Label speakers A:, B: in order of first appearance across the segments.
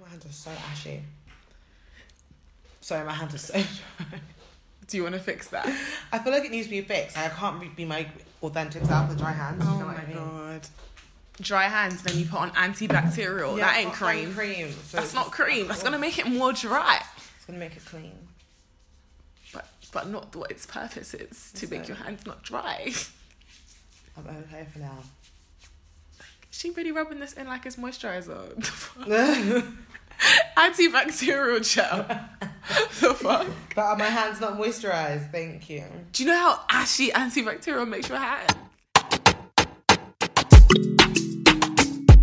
A: Oh hands are so ashy. Sorry, my hands are so dry.
B: Do you want to fix that?
A: I feel like it needs to be fixed. Like, I can't re- be my authentic self with dry hands. you
B: Oh
A: know
B: my
A: what I mean?
B: god. Dry hands, then you put on antibacterial.
A: Yeah,
B: that ain't
A: I've got hand
B: cream.
A: cream. so
B: That's
A: it's
B: not
A: just-
B: cream. That's gonna make it more dry.
A: It's gonna make it clean.
B: But but not what its purpose is to make
A: So-
B: your hands not dry.
A: I'm okay for now.
B: she really rubbing this in like it's moisturizer. The fuck?
A: but
B: antibacterial gel. the fuck?
A: are my hands not moisturized? Thank you.
B: Do you know how ashy antibacterial makes your hands?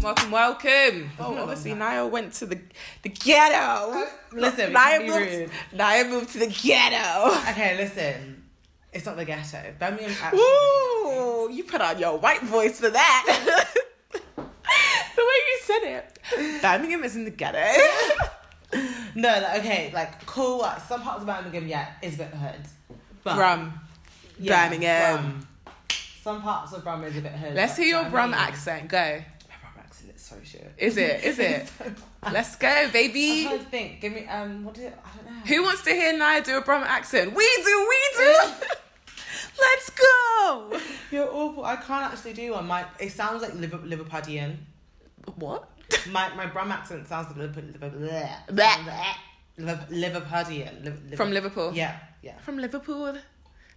B: Welcome, welcome.
A: not
B: Oh,
A: like
B: obviously
A: that.
B: Niall went to the the ghetto.
A: Listen, we
B: Niall
A: can be
B: moved,
A: rude.
B: Niall moved to the ghetto.
A: Okay, listen. It's not the ghetto. Birmingham's actually.
B: Ooh, you put on your white voice for that. the way you said it. Birmingham is in the ghetto.
A: No, like, okay, like cool. Like, some parts of Birmingham, yeah, is a bit hood. But
B: Brum.
A: yeah,
B: Birmingham.
A: Brum. um, Some parts of Brum is a bit hood.
B: Let's
A: like,
B: hear
A: do you know
B: your
A: what I
B: Brum
A: mean?
B: accent. Go.
A: My Brum accent is so shit.
B: Is it? Is it? Let's go,
A: I'm
B: baby.
A: trying to think. Give me um. What do you, I don't know.
B: Who wants to hear Naya do a Brum accent? We do, we do. Let's go.
A: You're awful. I can't actually do one. My it sounds like Liver, Liverpudlian.
B: What?
A: My my Brum accent sounds like Liver, Liver, bleh,
B: Bleh.
A: bleh, Liver, Liverpudlian. Liver, Liver-
B: From Liverpool.
A: Yeah, yeah.
B: From Liverpool.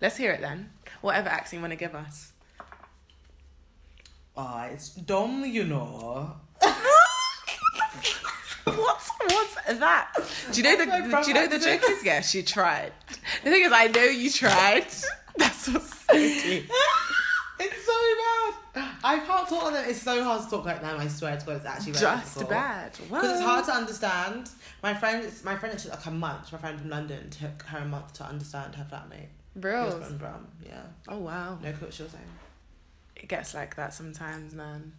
B: Let's hear it then. Whatever accent you want to give us.
A: Ah, it's Dom, you know.
B: what what's that? Do you know
A: That's
B: the,
A: my
B: do you know the
A: accent.
B: joke is? Yeah, she tried. The thing is, I know you tried. That's what's
A: it's so bad. I can't talk like that. It's so hard to talk like that. I swear to God, it's actually very
B: just bad.
A: Because it's hard to understand. My friend, my friend, it took like a month. My friend from London took her a month to understand her flatmate. He was
B: Real.
A: from Brum, yeah.
B: Oh wow.
A: No clue what she was saying.
B: It gets like that sometimes, man.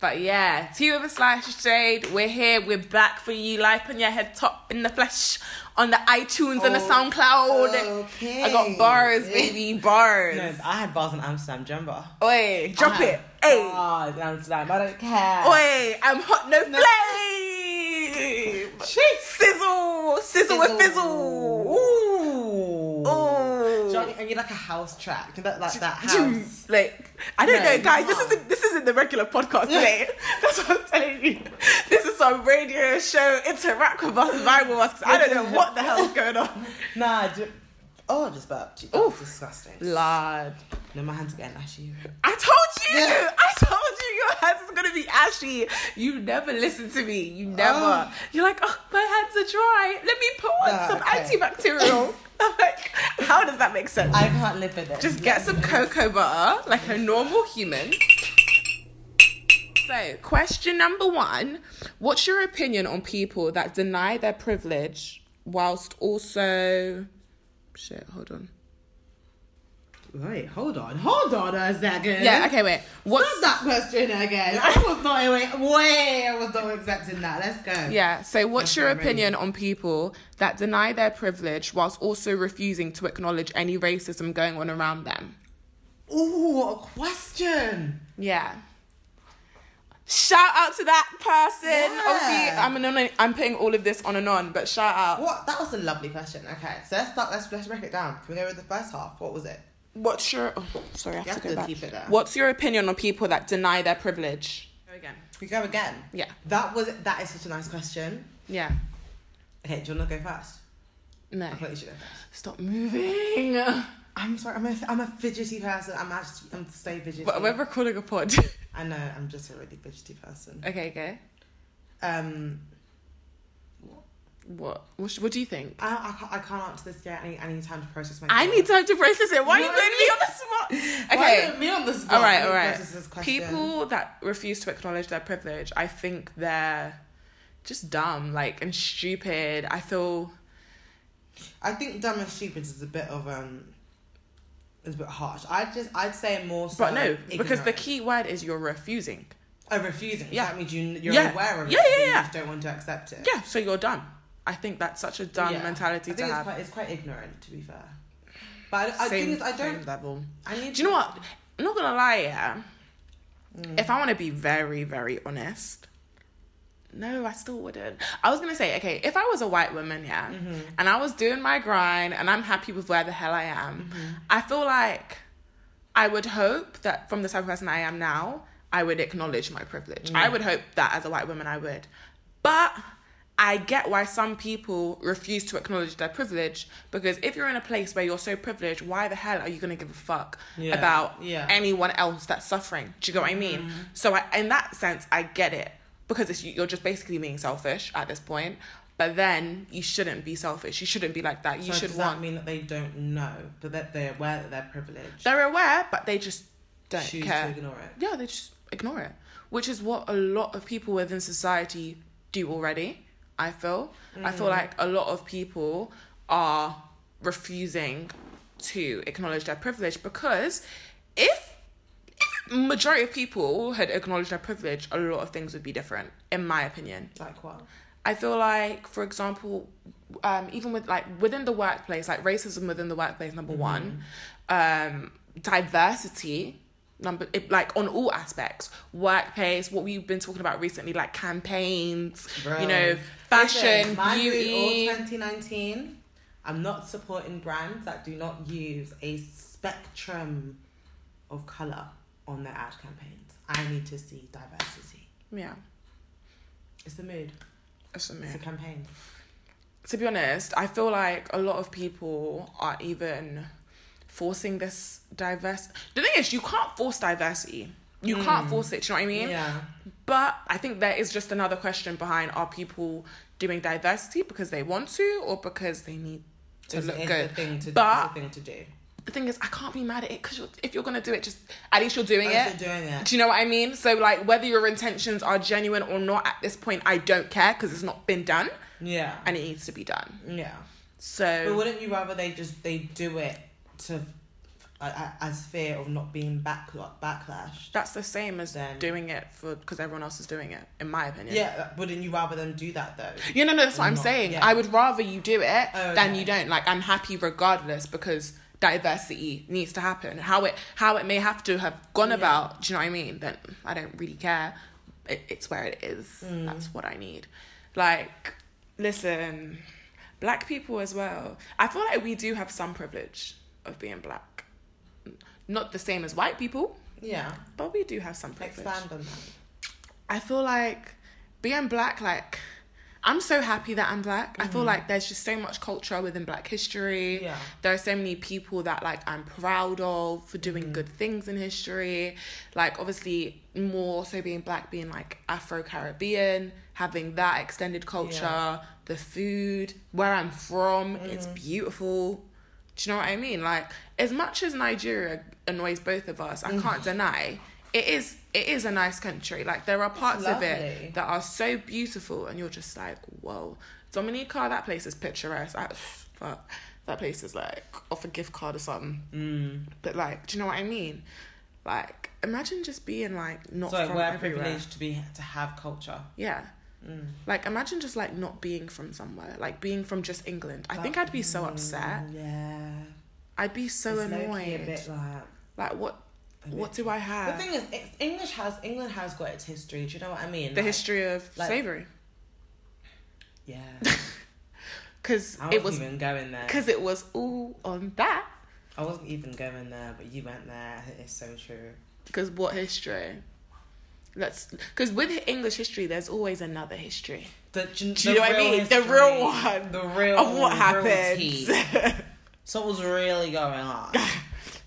B: But yeah, tea with a slice of shade. We're here. We're back for you. Life on your head, top in the flesh, on the iTunes and the
A: Oh,
B: SoundCloud.
A: Okay.
B: I got bars, baby, bars.
A: No, I had bars in Amsterdam, do you remember?
B: Oi,
A: I
B: drop
A: had
B: it. Hey.
A: Bars in Amsterdam. I don't care.
B: Oi, I'm hot, no, flame. Sizzle, sizzle, and fizzle.
A: Ooh.
B: Ooh.
A: Do you know, and you're like a house track. You know, Like, like that
B: Jim,
A: house.
B: Like I don't
A: No,
B: know, guys. This
A: no.
B: isn't this isn't the regular podcast today. That's what I'm telling you. This is some radio show. Interact with us, vibe with us. 'cause I don't know what the hell's going on.
A: Nah, do, oh, I just burped. Oh, disgusting.
B: Lord,
A: No, my hands are getting ashy.
B: I told you.
A: Yeah.
B: I told you your hands is gonna be ashy. You never listen to me. You never.
A: Oh.
B: You're like, oh, my hands are dry. Let me put on
A: Nah,
B: some
A: okay.
B: antibacterial. I'm like, how does that make sense?
A: I can't live with it.
B: Just get some cocoa butter, like a normal human. So, question number one What's your opinion on people that deny their privilege whilst also. Shit, hold on.
A: Wait, hold on. Hold on a second.
B: Yeah, okay, wait.
A: What's
B: What's.
A: that question again? I was not wait, wait, I was not expecting that. Let's go.
B: Yeah, so what's
A: That's
B: your
A: amazing.
B: opinion on people that deny their privilege whilst also refusing to acknowledge any racism going on around them?
A: Ooh, what a question.
B: Yeah. Shout out to that person.
A: Yeah.
B: Obviously, I'm anon- I'm putting all of this on and on, but shout out.
A: What? That was a lovely question. Okay, so let's start. Let's let's break it down. Can we go with the first half? What was it?
B: What's your? Oh, sorry, I have
A: You
B: to
A: have
B: go
A: to
B: back.
A: keep it there.
B: What's your opinion on people that deny their privilege? Go again.
A: We go again.
B: Yeah.
A: That was that is such a nice question.
B: Yeah.
A: Okay, do you want to go first?
B: No.
A: I thought you should go first.
B: Stop moving.
A: I'm sorry. I'm a, I'm a fidgety person. I'm actually I'm so fidgety.
B: But we're recording a pod.
A: I know. I'm just a really fidgety person.
B: okay. Okay.
A: Um,
B: What? What, sh- what do you think?
A: I, I, can't, I can't answer this yet. I need, I need time to process my.
B: I need time to process it. Why are you
A: No,
B: putting me on the spot? Okay.
A: me on the spot.
B: All right,
A: I need
B: all
A: to
B: right.
A: process this question.
B: People that refuse to acknowledge their privilege, I think they're just dumb, like and stupid. I feel
A: I think dumb and stupid is a bit of um, is a bit harsh. I just I'd say more. So
B: But no, because the
A: ignorant.
B: key word is you're refusing.
A: Oh, refusing. Yeah.
B: Yeah.
A: That means you, you're
B: Yeah.
A: aware of it.
B: Yeah, yeah,
A: but You
B: yeah.
A: just don't want to accept it.
B: Yeah, so you're dumb. I think that's such a dumb
A: Yeah.
B: mentality
A: I
B: to
A: think it's
B: have.
A: quite, it's quite ignorant, to be fair. But I, I
B: Same-
A: think it's, I
B: same
A: don't.
B: level.
A: I need
B: Do you know what? I'm
A: Mm.
B: not gonna lie, yeah. If I want to be very, very honest, no, I still wouldn't. I was gonna say, okay, if I was a white woman, yeah,
A: Mm-hmm.
B: and I was doing my grind and I'm happy with where the hell I am,
A: Mm-hmm.
B: I feel like I would hope that from the type of person I am now, I would acknowledge my privilege. I would hope that as a white woman, I would. But I get why some people refuse to acknowledge their privilege because if you're in a place where you're so privileged, why the hell are you gonna give a fuck
A: Yeah,
B: about
A: yeah.
B: anyone else that's suffering? Do you get what I mean?
A: Mm-hmm.
B: So I, in that sense, I get it because it's, you're just basically being selfish at this point. But then you shouldn't be selfish. You shouldn't be like that. You
A: so
B: should
A: does
B: want.
A: that mean that they don't know, but that they're aware that they're privileged?
B: They're aware, but they just don't
A: choose
B: care.
A: to ignore it.
B: yeah, they just ignore it, which is what a lot of people within society do already. I feel. I feel like a lot of people are refusing to acknowledge their privilege because if if majority of people had acknowledged their privilege, a lot of things would be different, in my opinion.
A: Like what?
B: I feel like, for example, um, even with like within the workplace, like racism within the workplace, number
A: Mm-hmm.
B: one, um, diversity, number it, like on all aspects, workplace, what we've been talking about recently, like campaigns,
A: Bro.
B: you know, fashion,
A: Listen, mind you,
B: beauty.
A: all 2019, I'm not supporting brands that do not use a spectrum of color on their ad campaigns. I need to see diversity.
B: yeah,
A: It's the mood. It's
B: that's
A: a
B: amazing.
A: campaign.
B: To be honest, I feel like a lot of people are even forcing this diverse. The thing is, you can't force diversity. You
A: Mm.
B: can't force it. Do you know what I mean?
A: Yeah.
B: But I think there is just another question behind are people doing diversity because they want to or because they need to
A: It's,
B: look
A: it's
B: good?
A: The thing to,
B: But-
A: it's the thing to do.
B: The thing is, I can't be mad at it because if you're going to do it, just at least you're doing
A: Unless
B: it.
A: you're doing it.
B: Do you know what I mean? So, like, whether your intentions are genuine or not at this point, I don't care because it's not been done
A: Yeah.
B: and it needs to be done.
A: yeah. But
B: So,
A: wouldn't you rather they just they do it to uh, as fear of not being back backlash?
B: that's the same as
A: Then-
B: doing it for because everyone else is doing it, in my opinion.
A: Yeah. Wouldn't you rather them do that though?
B: You know, no, that's what I'm
A: Not-
B: saying.
A: yeah.
B: I would rather you do it
A: Oh,
B: than
A: okay.
B: you don't. Like I'm happy regardless because diversity needs to happen. How it how it may have to have gone
A: Yeah.
B: about, do you know what I mean? Then I don't really care. It, it's where it is.
A: Mm.
B: That's what I need. Like, listen, black people as well. I feel like we do have some privilege of being black. Not the same as white people,
A: Yeah.
B: but we do have some privilege.
A: Expand on that.
B: I feel like being black, like I'm so happy that I'm black. I feel like there's just so much culture within black history.
A: Mm-hmm. Yeah.
B: There are so many people that like I'm proud of for doing
A: Mm-hmm.
B: good things in history. Like obviously more so being black, being like Afro Caribbean, having that extended culture,
A: Yeah. Mm-hmm.
B: the food, where I'm from, it's beautiful. Do you know what I mean? Like as much as Nigeria annoys both of us, I
A: Mm-hmm.
B: can't deny it is it is a nice country. Like there are parts of
A: lovely.
B: it that are so beautiful, and you're just like, whoa, Dominica, that place is picturesque. I, fuck, that place is like off a gift card or something.
A: Mm.
B: But like, do you know what I mean? Like, imagine just being like not
A: So
B: from
A: we're
B: everywhere.
A: privileged to be to have culture.
B: Yeah.
A: Mm.
B: Like imagine just like not being from somewhere, like being from just England. I think I'd be so upset.
A: Mm, Yeah.
B: I'd be so
A: It's low-key
B: annoyed.
A: A bit like.
B: Like what?
A: a
B: What
A: bit-
B: do I
A: The
B: have?
A: thing is, it's, English has England has got its history. Do you know what I mean?
B: The
A: Like,
B: history of
A: like-
B: slavery,
A: Yeah.
B: because
A: I
B: it
A: wasn't
B: was
A: even going there.
B: because it was all on that.
A: I wasn't even going there, but you went there. It's so true.
B: Because what history? Let's because with English history, there's always another history
A: The, do
B: you know what I mean? The real one
A: The real
B: of what
A: Oh, real
B: happens.
A: tea.
B: Because
A: So what was really going on?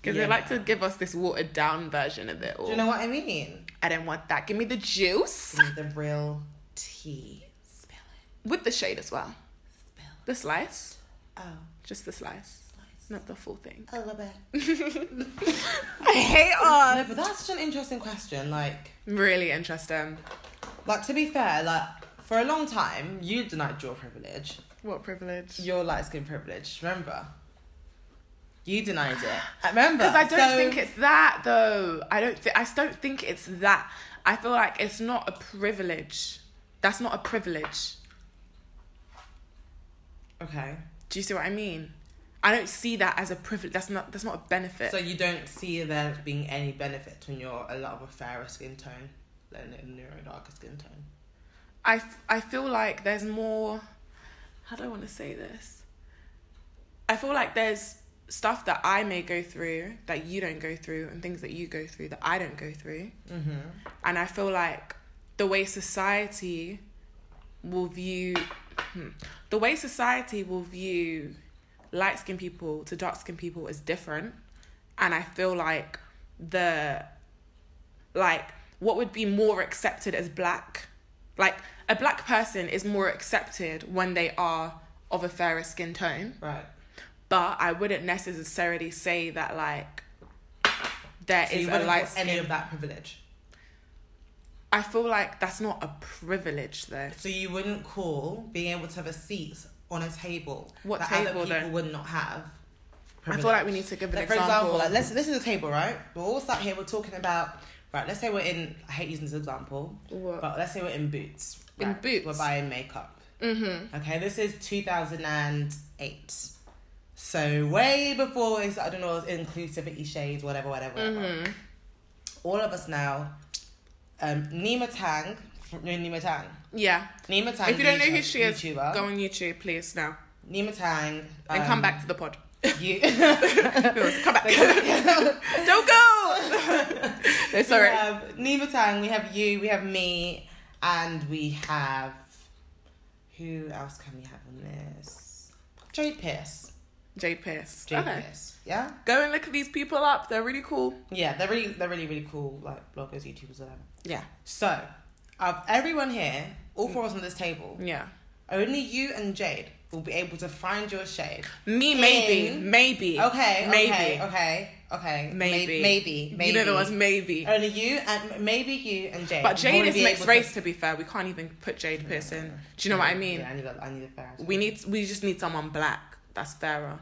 B: they like to
A: Yeah.
B: give us this watered down version of it. All.
A: Do you know what I mean?
B: I don't want that. Give me the juice
A: The real tea. Spill
B: with the shade as well.
A: it. Spill.
B: The slice,
A: Oh,
B: just the slice,
A: slice.
B: not the full thing.
A: A little bit.
B: I hate
A: No,
B: us.
A: but that's such an interesting question. Like,
B: Really interesting.
A: like to be fair, like for a long time you denied your privilege,
B: What privilege?
A: your light skin privilege. Remember, you denied it. I remember
B: Because I don't
A: So-
B: think it's that though. I don't. Th- I don't think it's that. I feel like it's not a privilege. That's not a privilege.
A: okay.
B: Do you see what I mean? I don't see that as a privilege. That's not. That's not a benefit.
A: So you don't see there being any benefit when you're a lot of a fairer skin tone than a neuro darker skin tone.
B: I, f- I feel like there's more. How do I want to say this? I feel like there's stuff that I may go through that you don't go through, and things that you go through that I don't go through.
A: Mm-hmm.
B: And I feel like the way society will view hmm, the way society will view light skinned people to dark skinned people is different. And I feel like the like what would be more accepted as black like a black person is more accepted when they are of a fairer skin tone
A: Right.
B: but i wouldn't necessarily say that like there
A: So
B: is
A: you
B: a
A: wouldn't
B: light
A: have any
B: skin
A: of that privilege.
B: i feel like that's not a privilege though
A: So you wouldn't call being able to have a seat on a table
B: What
A: that
B: table,
A: other
B: though?
A: people would not have.
B: i feel like we need to give an
A: Like, for
B: example,
A: example, like let's this is a table, right? We're all sat here. We're talking about right. Let's say we're in. I hate using this example,
B: What?
A: but let's say we're in Boots.
B: In
A: right?
B: Boots.
A: we're buying makeup.
B: mm-hmm
A: Okay, this is two thousand and eight. So way before it's I don't know inclusivity shades, whatever, whatever. whatever
B: mm-hmm
A: all of us now, um, Nima Tang, no, Nima Tang.
B: yeah
A: Nima Tang.
B: if you don't know who she is
A: YouTuber.
B: go on youtube please now
A: Nima Tang.
B: and
A: um,
B: come back to the pod
A: You.
B: come back don't go no sorry
A: We have Nima Tang, we have you, we have me, and we have. Who else can we have on this? Jade Pierce.
B: Jade Pierce.
A: Jade
B: okay.
A: Pierce. Yeah?
B: Go and look these people up. They're really cool.
A: Yeah, they're really, they're really, really cool, like bloggers, YouTubers, whatever.
B: Yeah.
A: So, of everyone here, all four of us on this table,
B: Yeah.
A: only you and Jade will be able to find your shade.
B: Me, maybe.
A: In-
B: Maybe.
A: Okay,
B: Maybe.
A: okay, okay, okay. May-
B: Maybe.
A: maybe, maybe.
B: You know the ones, maybe.
A: Only you and maybe you and Jade.
B: But Jade
A: will
B: is
A: be
B: mixed
A: able
B: race, to... be fair. We can't even put Jade Pierce in. Do you know what I mean?
A: Yeah, I need a, I need a fair.
B: We need. We just need someone black. That's fairer.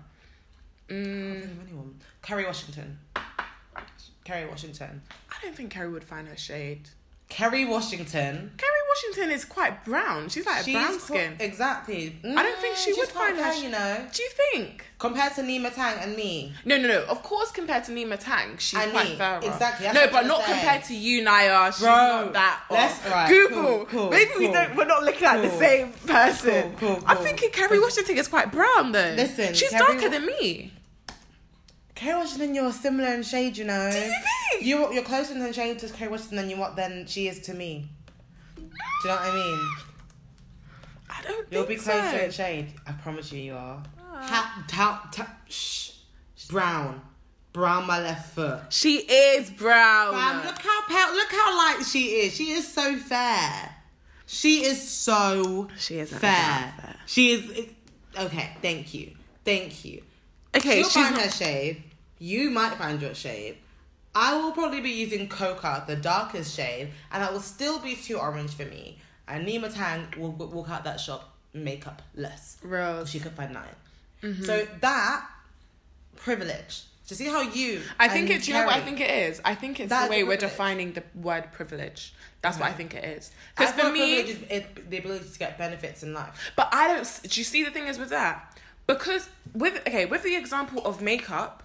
B: Mm,
A: anyone. Kerry Washington. Kerry Washington.
B: I don't think Kerry would find her shade.
A: Kerry Washington.
B: Kerry Washington is quite brown. She's like a
A: She's
B: brown
A: qu-
B: skin.
A: exactly. Mm,
B: I don't think she
A: she's
B: would
A: quite
B: find her
A: fair,
B: sh-
A: you know,
B: Do you think?
A: compared to Nima Tang and me.
B: No, no, no. Of course, compared to Nima Tang, she's
A: And
B: quite
A: me.
B: fairer.
A: Exactly, that's
B: No,
A: what
B: but
A: I'm
B: not
A: saying.
B: compared to you, Naya. She's
A: Bro,
B: not that. off.
A: let's- right,
B: Google.
A: cool, cool,
B: Maybe we
A: cool.
B: don't. We're not looking at the
A: Cool.
B: same person.
A: Cool, cool,
B: I'm
A: cool.
B: thinking Kerry Washington is quite brown though.
A: Listen,
B: she's
A: Kerry
B: darker
A: Wa-
B: than me.
A: Kerry Washington, you're similar in shade, you know.
B: Do you think?
A: You you're closer in shade to Kerry Washington than you what than she is to me. Do you know what I mean?
B: I don't.
A: You'll be
B: think
A: closer
B: so. Ah.
A: in shade. I promise you, you are. Ha, ta, ta, shh. Brown, brown my left foot.
B: She is brown.
A: Fam, look how pale, look how light she is. She is so fair. She is so
B: She isn't
A: fair.
B: that fair.
A: She is it- okay. Thank you, thank you.
B: okay,
A: She'll
B: she's
A: find
B: not-
A: her shade. You might find your shade. I will probably be using Coca, the darkest shade, and that will still be too orange for me. And Nima Tang will w- walk out that shop makeup less.
B: Rose.
A: She could find nine.
B: Mm-hmm.
A: So that privilege. To see how you.
B: I think
A: and
B: it's you know what I
A: Kerry-
B: think it is. I think it's
A: That's
B: the way
A: the
B: we're
A: privilege.
B: defining the word privilege. That's what I think it is.
A: I
B: Because
A: feel
B: for me,
A: privilege is it- the ability to get benefits in life.
B: But I don't. s- Do you see the thing is with that? Because with okay, with the example of makeup,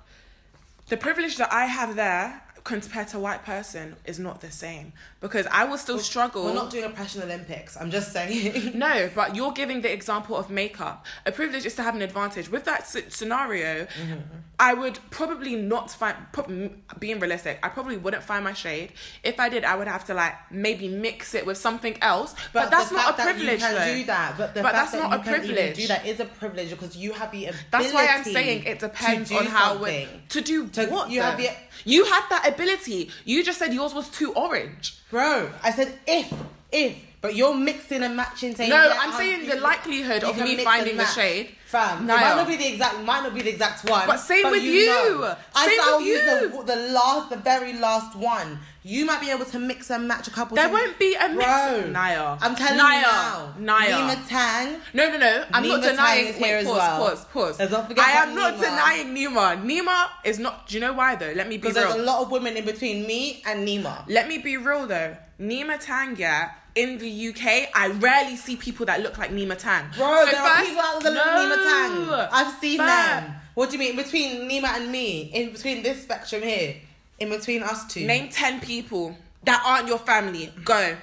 B: the privilege that I have there compared to a white person is not the same. Because I will still struggle.
A: We're not doing oppression Olympics. I'm just saying.
B: no, but you're giving the example of makeup. A privilege is to have an advantage. With that s- scenario,
A: Mm-hmm.
B: I would probably not find, prob- m- being realistic, I probably wouldn't find my shade. If I did, I would have to like maybe mix it with something else. But, that's
A: the
B: not
A: fact
B: a
A: that
B: privilege
A: You can
B: though.
A: do that, but the
B: But
A: fact
B: that's
A: that
B: not
A: you
B: a
A: can even
B: privilege.
A: do that is a privilege because you have the ability.
B: That's why I'm saying it depends
A: to do
B: on how
A: something.
B: we- to do
A: To-
B: what
A: you have
B: though?
A: the-
B: you had that ability. You just said yours was too orange.
A: Bro, I said if, if, but you're mixing and matching. Saying,
B: No,
A: yeah, um,
B: I'm saying the likelihood
A: you
B: of
A: can
B: me
A: mix
B: finding
A: and
B: the
A: match.
B: shade.
A: Fam, it might
B: Naya.
A: not be the exact, might not be the exact one.
B: But same with you.
A: know. I
B: Same
A: said I'll
B: with
A: use the, the last, the very last one. You might be able to mix and match a couple.
B: There
A: things.
B: won't be a mix.
A: Bro,
B: Naya.
A: I'm telling
B: Naya.
A: you now.
B: Naya.
A: Nima Tang.
B: No, no, no. I'm
A: Nima
B: not denying.
A: Tang is
B: wait,
A: here as
B: pause,
A: well.
B: pause, pause,
A: Let's not forget
B: I am
A: about
B: not
A: Nima.
B: denying Nima. Nima is not. Do you know why though? Let me be
A: Because there's a
B: real.
A: lot of women in between me and Nima.
B: Let me be real though. Nima Tang, yeah. In the UK, I rarely see people that look like Nima Tang.
A: Bro,
B: So
A: there are
B: first-
A: people out there no. Nima
B: No.
A: Tang. I've seen
B: Fam.
A: them. What do you mean? Between Nima and me, in between this spectrum here, in between us two.
B: Name 10 people that aren't your family. Go.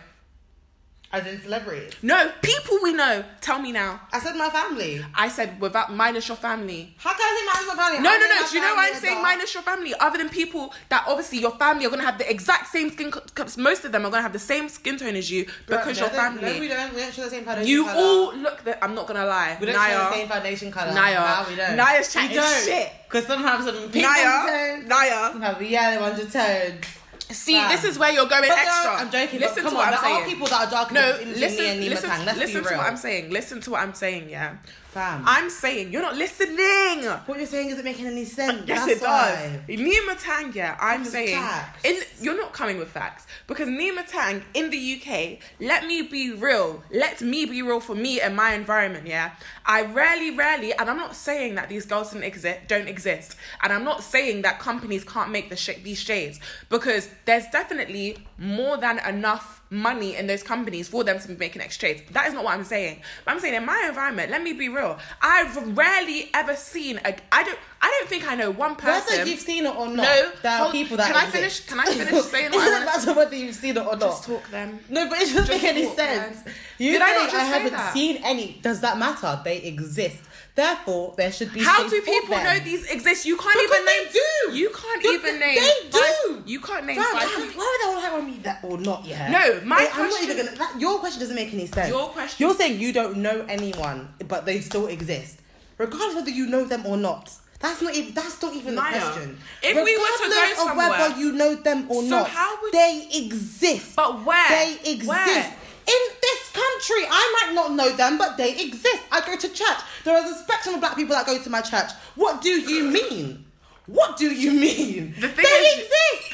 A: As in celebrities.
B: No, people we know. Tell me now.
A: I said my family.
B: I said without minus your family.
A: How can I say my family?
B: No,
A: I
B: no,
A: mean
B: no.
A: my
B: Do you know
A: family
B: why I'm saying
A: adult.
B: minus your family? Other than people that obviously your family are gonna have the exact same skin color. Most of them are gonna have the same skin tone as you
A: Bruh,
B: because
A: no,
B: your
A: they- No, we
B: family.
A: don't. We don't share the same foundation
B: You
A: color.
B: all look. The, I'm not gonna lie.
A: We don't share the same
B: Naya,
A: foundation color.
B: Naya.
A: Nah, we don't.
B: Naya's
A: We
B: chatting
A: don't.
B: shit.
A: Because sometimes some pink
B: Naya,
A: undertones,
B: Naya.
A: sometimes we yellow undertones.
B: See,
A: Fam.
B: this is where you're going
A: But there
B: extra.
A: are- I'm joking. but
B: Listen
A: come
B: to
A: on,
B: what I'm
A: there
B: saying.
A: are people that are darker
B: no,
A: than me
B: listen,
A: and Nima
B: listen,
A: Tang. Let's
B: listen
A: be
B: to
A: real.
B: what I'm saying. Listen to what I'm saying, yeah.
A: Fam.
B: I'm saying you're not listening.
A: what you're saying isn't making any sense.
B: Yes,
A: That's
B: it
A: why.
B: does. Nima Tang, yeah, I'm
A: Come with
B: saying
A: facts.
B: in, you're not coming with facts because Nima Tang in the UK, let me be real. Let me be real for me and my environment, yeah. I rarely, rarely, and I'm not saying that these girls don't exist, don't exist, and I'm not saying that companies can't make the sh- these shades because there's definitely more than enough money in those companies for them to be making extra trades. That is not what I'm saying. But I'm saying in my environment, let me be real. I've rarely ever seen a. I don't. I don't think I know one person.
A: Whether you've seen it or not,
B: no,
A: there are
B: hold-
A: people that
B: Can I
A: exist.
B: finish? Can I finish saying what I
A: It doesn't
B: wanna say?
A: matter whether you've seen it or
B: Just
A: not.
B: talk them.
A: No, but it doesn't make any
B: walk,
A: sense.
B: man.
A: You
B: Did I
A: say
B: not just say
A: haven't
B: that?
A: seen any. Does that matter? They exist. Therefore, there should be.
B: How
A: space
B: do
A: for
B: people
A: them.
B: know these exist? You can't
A: Because
B: even
A: they
B: name.
A: do.
B: You can't
A: They-
B: even
A: they
B: name. five-
A: do.
B: You can't name.
A: Fam,
B: five
A: fam,
B: people.
A: why would they all hang on me that or not? Yeah.
B: No, my
A: Like, I'm not
B: question-
A: even gonna. That, your question doesn't make any sense.
B: Your question-
A: You're saying you don't know anyone, but they still exist, regardless whether you know them or not. That's not even. That's not even
B: Maya,
A: the question.
B: if we were to go
A: Regardless of
B: somewhere-
A: whether you know them or
B: So
A: not,
B: how would-
A: they exist?
B: But where?
A: They exist.
B: Where?
A: In this country, I might not know them, but they exist. I go to church. There is a spectrum of black people that go to my church. What do you mean? What do you mean?
B: The
A: they
B: thing is-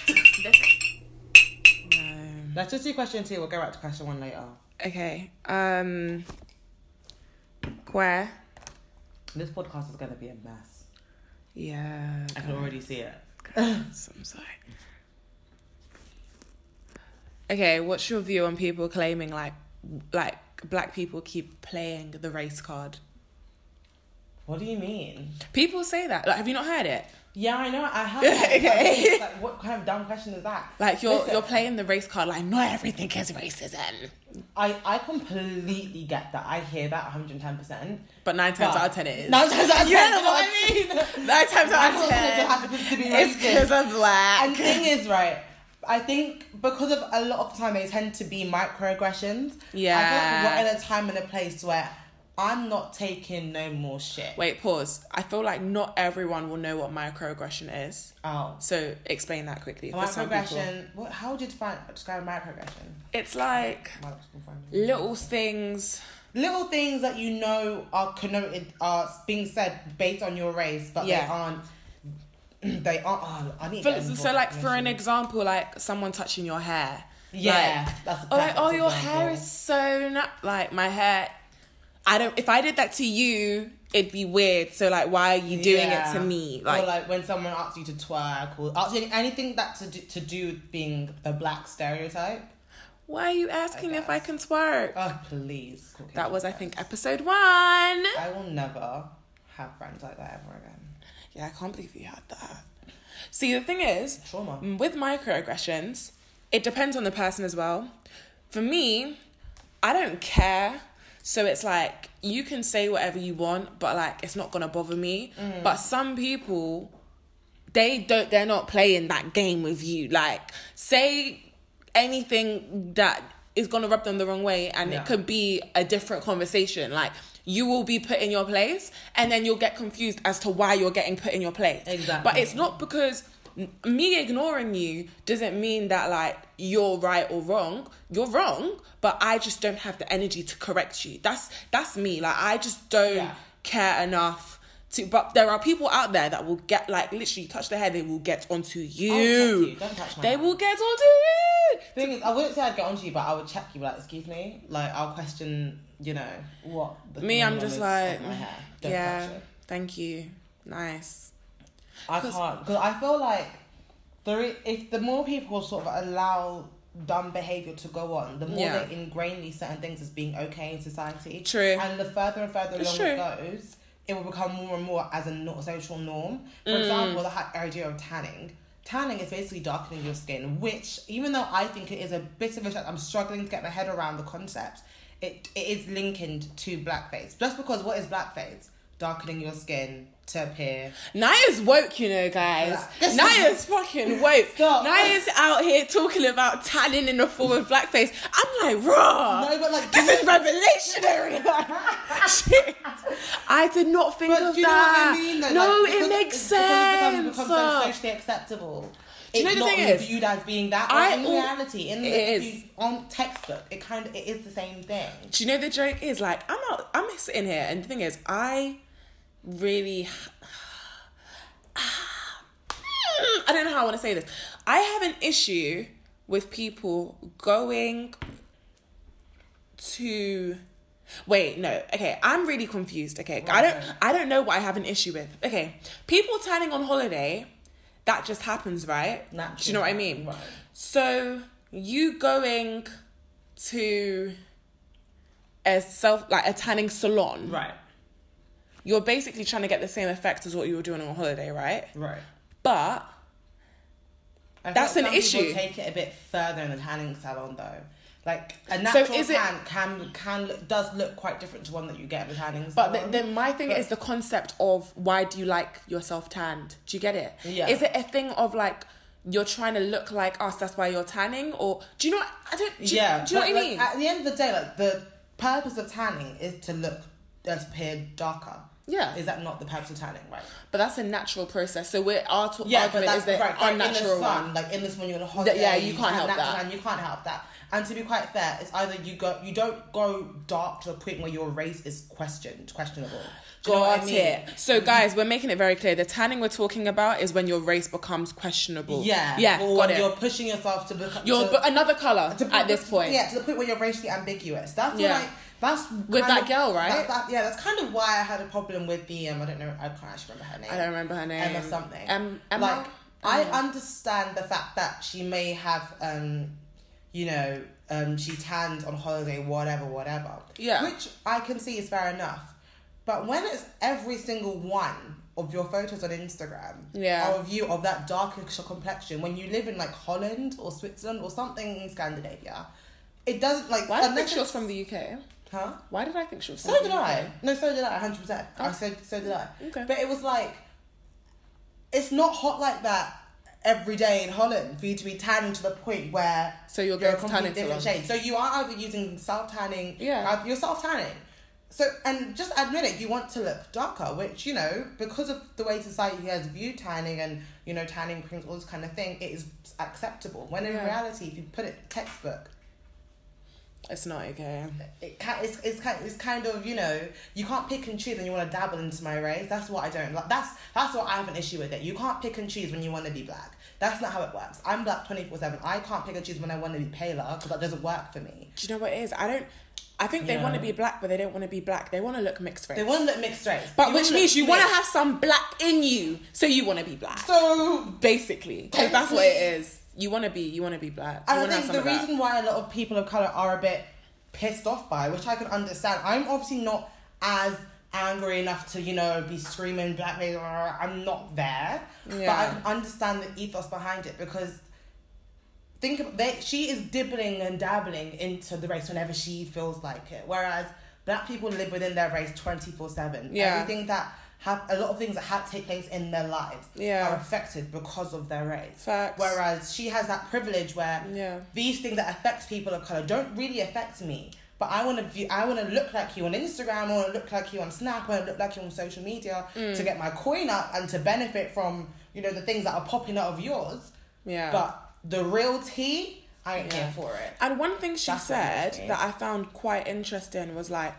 A: exist.
B: No.
A: Let's just do question two. We'll go back to question one later.
B: Okay. Um. Where?
A: This podcast is going to be a mess.
B: Yeah.
A: I can already see it.
B: Guys, I'm sorry. Okay, what's your view on people claiming like like black people keep playing the race card?
A: What do you mean?
B: People say that. Like, have you not heard it?
A: Yeah, I know. I have. that.
B: Okay.
A: It's Like, what kind of dumb question is that?
B: Like you're
A: Listen,
B: you're playing the race card. Like not everything is racism,
A: I I completely get that. I hear that 110. percent
B: but nine times out of ten it is.
A: Nine times out of ten.
B: You know
A: you know
B: what
A: what I mean?
B: nine times
A: I
B: out of
A: don't
B: ten,
A: think it happens to be
B: it's because
A: racist.
B: I'm black.
A: And the thing is, right? I think because of a lot of time they tend to be microaggressions. I
B: Yeah.
A: feel like we're in a time and a place where I'm not taking no more shit.
B: Wait, pause. I feel like not everyone will know what microaggression is.
A: Oh.
B: So explain that quickly for some people.
A: Microaggression. What? How would you define describe microaggression?
B: It's like little things.
A: Little things that you know are connoted are being said based on your race, but
B: Yeah.
A: they aren't. They aren't. Oh, I need. to
B: For,
A: get
B: so, like for an
A: involved.
B: example, like someone touching your hair.
A: Yeah,
B: Like,
A: that's a
B: oh, like,
A: perfect
B: oh, your
A: example.
B: hair is so not like my hair. I don't. If I did that to you, it'd be weird. So like, why are you doing
A: Yeah.
B: it to me?
A: or
B: Like,
A: like when someone asks you to twerk or asks you anything that to do, to do with being the black stereotype.
B: why are you asking if I
A: guess.
B: can twerk?
A: Oh please. Caucasian
B: that was, I
A: friends.
B: think, episode one.
A: I will never have friends like that ever again.
B: Yeah, I can't believe you had that. See, the thing is, mm,
A: Trauma.
B: with microaggressions, it depends on the person as well. For me, I don't care. So it's like you can say whatever you want, but like it's not gonna bother me. But some people, they don't. They're not playing that game with you. Like say anything that is gonna rub them the wrong way, and
A: Yeah.
B: it could be a different conversation. Like you will be put in your place, and then you'll get confused as to why you're getting put in your place.
A: Exactly.
B: But it's not because n- me ignoring you doesn't mean that like you're right or wrong. You're wrong, but I just don't have the energy to correct you. That's that's me. Like I just don't
A: Yeah.
B: care enough to. But there are people out there that will get like literally touch their hair. They will get onto you.
A: I'll touch you. Don't touch my
B: they
A: hair.
B: will get onto you.
A: Thing is, I wouldn't say I'd get onto you, but I would check you. Like, excuse me. Like, I'll question. You know what? The
B: Me, I'm
A: phenomenon
B: just
A: is
B: like,
A: of my hair. Don't
B: yeah,
A: touch it.
B: thank you. Nice.
A: I
B: 'Cause-
A: can't because I feel like there i- if the more people sort of allow dumb behavior to go on, the more
B: Yeah.
A: they ingrain these certain things as being okay in society.
B: True.
A: And the further and further
B: It's
A: along it goes,
B: Mm.
A: it will become more and more as a no- social norm. For example, the hi- idea of tanning. tanning is basically darkening your skin, which even though I think it is a bit of a shock, I'm struggling to get my head around the concept. It it is linked to blackface. Just because what is blackface? Darkening your skin to appear.
B: Naya's woke, you know, guys.
A: That's-
B: Naya's fucking woke.
A: Stop.
B: Naya's out here talking about tanning in the form of blackface. I'm like, raw.
A: No, but like
B: This is revolutionary. Shit. I did not think
A: But
B: of
A: do you know
B: that.
A: what I mean? though?
B: No,
A: Like,
B: it
A: because-
B: makes
A: because
B: sense.
A: It becomes, becomes so socially acceptable.
B: you
A: It's
B: know the
A: not
B: thing
A: really
B: is?
A: viewed as being that.
B: I
A: I in
B: al-
A: reality, in the
B: It is.
A: on textbook, it kind of it is the same thing.
B: Do you know the joke is like I'm out, I'm sitting here, and the thing is, I really, I don't know how I want to say this. I have an issue with people going to. Wait, no. Okay, I'm really confused. Okay, I don't,
A: Right.
B: I don't know what I have an issue with. Okay, people turning on holiday, that just happens, right? Do you know what I mean?
A: Right.
B: So you going to a self like a tanning salon,
A: Right.
B: you're basically trying to get the same effect as what you were doing on holiday, right?
A: Right.
B: But
A: I feel
B: That's
A: like
B: an
A: some people
B: issue.
A: Take it a bit further in the tanning salon, though. Like a natural
B: is it-
A: tan can can look, does look quite different to one that you get in the tanning salon.
B: but then, then my thing
A: But-
B: is the concept of why do you like yourself tanned? Do you get it? Is
A: Yeah.
B: it a thing of like you're trying to look like us? That's why you're tanning, or do you know? What, I don't. Do you,
A: yeah,
B: Do you know
A: but,
B: what I
A: like,
B: mean?
A: At the end of the day, like the purpose of tanning is to look uh, to appear darker.
B: Yeah.
A: is that not the purpose of tanning, right?
B: but that's a natural process. So we're our t- argument is the
A: like,
B: unnatural
A: in the sun,
B: one.
A: Like in this when you're on a holiday,
B: yeah, you can't
A: tan
B: help
A: natural
B: that.
A: tan, you can't help that. And to be quite fair, it's either you go, you don't go dark to the point where your race is questioned, questionable. Do you know what
B: Got
A: I mean?
B: it. So, guys, we're making it very clear. The tanning we're talking about is when your race becomes questionable.
A: Yeah,
B: Yeah.
A: Or
B: got
A: when
B: it.
A: you're pushing yourself to become
B: You're
A: to-
B: b- another color
A: to-
B: at this point.
A: Yeah, to the point where you're racially ambiguous. That's
B: Yeah.
A: yeah. That's
B: With
A: kind
B: that girl, right?
A: that's that- yeah, that's kind of why I had a problem with the um. I don't know. I can't actually remember her name.
B: I don't remember her name.
A: Emma something.
B: Um, Em- Emma.
A: Like I
B: Emma.
A: understand the fact that she may have um, you know, um, she tanned on holiday, whatever, whatever.
B: Yeah.
A: Which I can see is fair enough, but when it's every single one of your photos on Instagram,
B: Yeah.
A: of you of that darker complexion, when you live in like Holland or Switzerland or something in Scandinavia, it doesn't like
B: Why did I think
A: unless
B: she was
A: it's-
B: from the UK?
A: huh.
B: Why did I think she was? From
A: So
B: the
A: did
B: UK?
A: I. No, so did I. Hundred percent. I
B: Oh.
A: said so did I.
B: Okay.
A: But it was like, it's not hot like that every day in Holland for you to be tanning to the point where
B: So you're
A: you're a
B: going to
A: completely
B: tanning
A: different
B: salon.
A: shade. So you are either using self tanning.
B: Yeah.
A: Uh, you're self tanning. So and just admit it. You want to look darker, which you know because of the way society has viewed tanning and you know tanning creams, all this kind of thing. It is acceptable. When in
B: Yeah.
A: reality, if you put it textbook,
B: It's not okay.
A: it ki- it's, it's, ki- it's kind of you know you can't pick and choose and you want to dabble into my race that's what i don't like that's that's what i have an issue with it you can't pick and choose when you want to be black that's not how it works i'm black 24-7 i can't pick and choose when i want to be paler because that doesn't work for me
B: Do you know what it is? I don't. I think they
A: Yeah.
B: want to be black, but they don't want to be black. They want to look mixed race.
A: they want to look mixed race
B: but
A: You
B: which
A: wanna
B: means
A: look
B: you want to
A: mixed.
B: have some black in you, so you want to be black.
A: so
B: Basically, 'cause that's what it is. You want to be. You want to be black. You
A: and
B: wanna
A: i
B: have
A: think
B: some
A: the
B: of that.
A: reason why a lot of people of color are a bit pissed off by which i can understand i'm obviously not as angry enough to you know be screaming black people i'm not there but i
B: Yeah.
A: can understand the ethos behind it because think of they she is dibbling and dabbling into the race whenever she feels like it whereas black people live within their race 24-7
B: Yeah.
A: everything that have a lot of things that have take place in their lives
B: Yeah.
A: are affected because of their race
B: Facts.
A: whereas she has that privilege where
B: Yeah.
A: these things that affect people of color don't really affect me but i want to view i want to look like you on instagram i want to look like you on snap i want to look like you on social media
B: Mm.
A: to get my coin up and to benefit from you know the things that are popping out of yours
B: Yeah.
A: but the real tea, I ain't
B: Yeah.
A: here for it.
B: And one thing she
A: That's what
B: said
A: makes me-
B: that I found quite interesting was like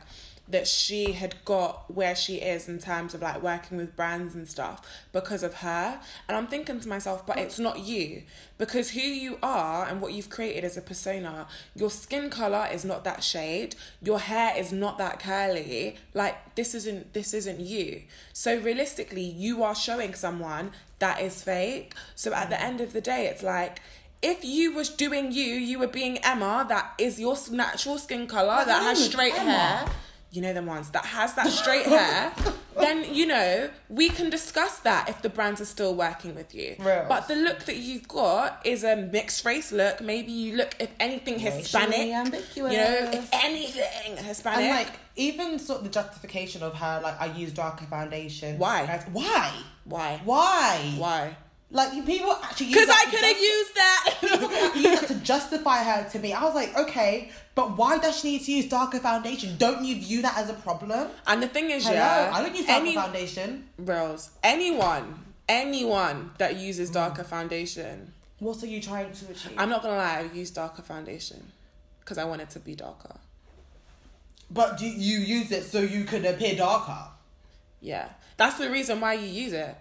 B: that she had got where she is in terms of like working with brands and stuff because of her. And I'm thinking to myself, but it's not you because who you are and what you've created is a persona. Your skin color is not that shade. Your hair is not that curly. Like this isn't this isn't you. So realistically, you are showing someone that is fake. So at
A: Mm.
B: the end of the day, it's like if you was doing you, you were being Emma, that is your s- natural skin color,
A: But
B: that
A: her
B: has
A: name is
B: straight
A: Mm, Emma.
B: hair. you know, them ones that has that straight hair, then you know we can discuss that if the brands are still working with you.
A: Real.
B: But the look that you've got is a mixed race look. Maybe you look, if anything, Hispanic.
A: Racially
B: You
A: ambiguous.
B: know, if anything, Hispanic.
A: And like even sort of the justification of her, like I use darker foundation.
B: Why?
A: Like, why?
B: why?
A: Why?
B: Why?
A: Like you- people actually use
B: Because
A: that
B: I
A: to
B: could have
A: jus-
B: used that.
A: people could use that to justify her to me. I was like, okay, but why does she need to use darker foundation? Don't you view that as a problem?
B: and the thing is,
A: Hello,
B: yeah,
A: I don't use darker
B: any-
A: foundation.
B: Reels. Anyone, anyone that uses darker foundation,
A: What are you trying to achieve?
B: I'm not gonna lie, I use darker foundation because I want it to be darker.
A: but do you use it so you can appear darker?
B: Yeah, that's the reason why you use it.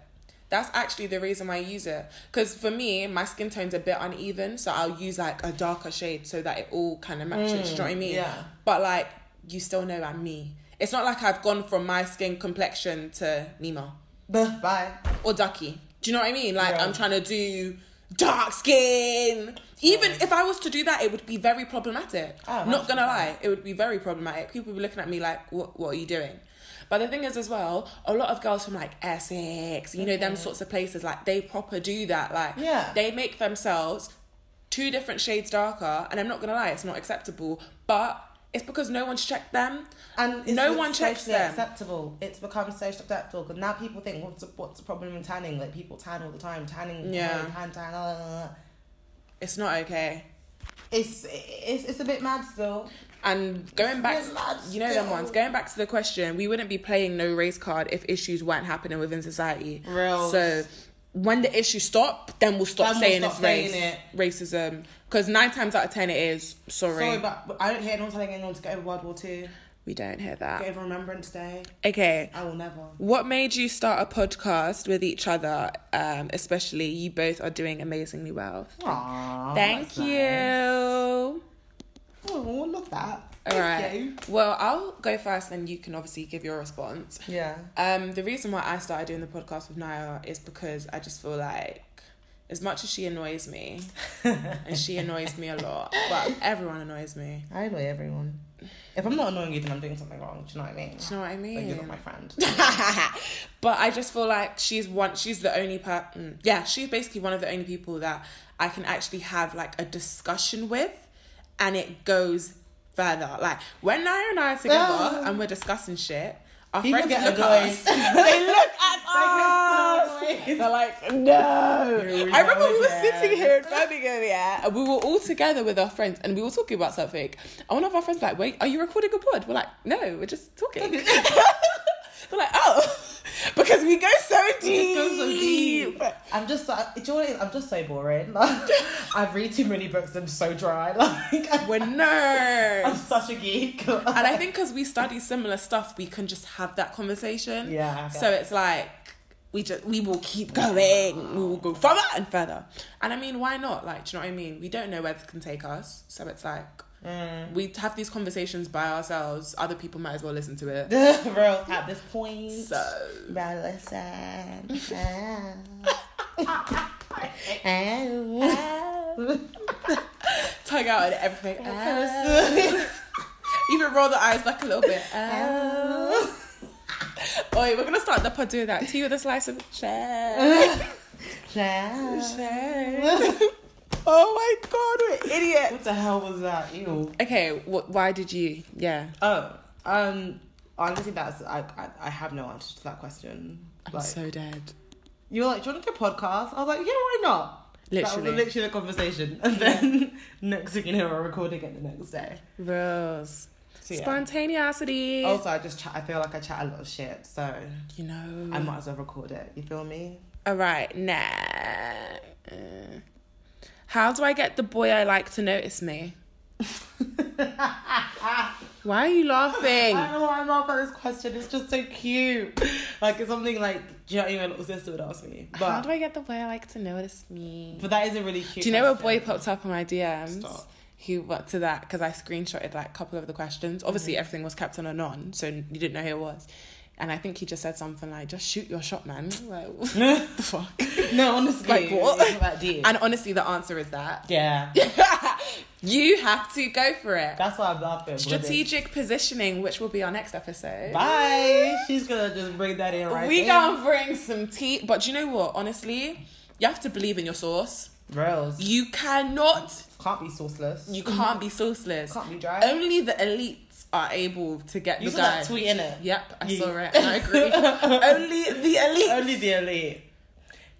B: That's actually the reason why I use it. Because for me, my skin tone's a bit uneven, so I'll use like a darker shade so that it all kind of matches. do you know what I mean?
A: yeah.
B: But like, you still know I'm me. It's not like I've gone from my skin complexion to Nemo.
A: Buh, Bye.
B: or ducky. Do you know what I mean? Like
A: Yeah.
B: I'm trying to do dark skin. Even if I was to do that, it would be very problematic.
A: Oh,
B: Not gonna
A: absolutely.
B: lie, it would be very problematic. People would be looking at me like, "What? What are you doing?" But the thing is, as well, a lot of girls from like Essex, you know, them sorts of places, like they proper do that. Like,
A: Mm-hmm. Yeah.
B: they make themselves two different shades darker, and I'm not gonna lie, it's not acceptable. But it's because no one's checked them.
A: And it's
B: No
A: not
B: one checks
A: socially
B: them.
A: Acceptable. It's become socially acceptable. 'cause now people think, what's the, what's the problem in tanning? Like people tan all the time. Tanning,
B: Yeah.
A: tan, tan, tan. la, la, la, la.
B: It's not okay.
A: It's it's it's a bit mad still.
B: And going back,
A: You're mad
B: you know them
A: still.
B: ones. Going back to the question, we wouldn't be playing no race card if issues weren't happening within society.
A: Real.
B: So when the issues stop, then we'll stop
A: Then we'll
B: saying
A: stop
B: it's
A: saying
B: race, racism. Because nine times out of ten, it is. Sorry,
A: Sorry, but but I don't hear anyone telling anyone to get over World War Two,
B: we don't hear
A: get
B: that.
A: over Remembrance Day.
B: Okay.
A: I will never.
B: What made you start a podcast with each other? Um, especially you both are doing amazingly well.
A: Aww,
B: Thank you.
A: Oh, look that.
B: All right.
A: Thank you.
B: Well, I'll go first, and you can obviously give your response.
A: Yeah.
B: Um, the reason why I started doing the podcast with Naya is because I just feel like, as much as she annoys me, and she annoys me a lot, but everyone annoys me.
A: I annoy everyone. If I'm not annoying you, then I'm doing something wrong. Do you know what I mean?
B: Do you know what I
A: Like, you're
B: mean?
A: not my friend.
B: but I just feel like she's one. She's the only person. Yeah, she's basically one of the only people that I can actually have like a discussion with, and it goes further. Like when Naya and I are together
A: Ah.
B: and we're discussing shit, our
A: People
B: friends
A: get
B: look at
A: annoyed.
B: us. they look at us.
A: They get so annoyed.
B: They're like, no.
A: Here we
B: I remember
A: go
B: we were
A: again.
B: sitting here in Birmingham, yeah, and we were all together with our friends, and we were talking about something. And one of our friends was like, wait, are you recording a pod? We're like, no, we're just talking. we're like, oh, because we go so deep.
A: Go so deep. I'm just so, do you know what it is? I'm just so boring. Like, I've read too many books. I'm so dry. Like I'm,
B: We're nerds.
A: I'm such a geek.
B: and I think because we study similar stuff, we can just have that conversation.
A: Yeah, I get
B: So it's like we just we will keep going. We will go further and further. And I mean, why not? Like, do you know what I mean? We don't know where this can take us, so it's like
A: Mm.
B: we have these conversations by ourselves. Other people might as well listen to it.
A: Real at this point.
B: So
A: Relevant. Oh.
B: tug out and everything. Ah. Even roll the eyes back a little bit. Ah. Oi, we're gonna start the pod doing that. Tea with a slice of cheese. oh my god, we're idiots.
A: What the hell was that? Ew.
B: Okay, wh- why did you? Yeah.
A: Oh, um, honestly, that's I, I, I have no answer to that question.
B: I'm
A: Like,
B: so dead.
A: you were like, "Do you want to do a podcast?" I was like, "Yeah, why not?" that
B: Literally.
A: was literally a conversation, and then next thing you know, we're recording it the next day.
B: Rose.
A: So, yeah.
B: Spontaneity.
A: Also, I just chat. I feel like I chat a lot of shit, so
B: you know.
A: I might as well record it. You feel me?
B: All right, nah. Uh, How do I get the boy I like to notice me? Why are you laughing?
A: I don't know why I'm laughing at this question. It's just so cute. Like it's something like do you know what I mean? my little sister would ask me,
B: How
A: but
B: do I get the boy I like to notice me?
A: but that is a really cute.
B: Do you know a boy
A: question.
B: popped up on my DMs?
A: Stop.
B: He what to that because I screenshotted like a couple of the questions. Obviously,
A: Mm-hmm.
B: everything was kept on and on, so you didn't know who it was. And I think he just said something like, "Just shoot your shot, man." Like, what the fuck?
A: No, honestly,
B: Like what?
A: it's about you.
B: And honestly, the answer is that.
A: yeah.
B: You have to go for it.
A: That's why I love it. with it.
B: Strategic positioning, which will be our next episode.
A: Bye. She's gonna just bring that in right
B: we
A: there.
B: gonna bring some tea, but do you know what? Honestly, you have to believe in your source.
A: Rails.
B: You cannot.
A: Can't be sauceless.
B: You Oh, can't be sourceless.
A: can't be dry.
B: Only the elites are able to get
A: you
B: the
A: saw
B: guy.
A: that tweet in it.
B: Yep, I
A: Yeah.
B: saw it. and I agree. Only the elite.
A: Only the elite.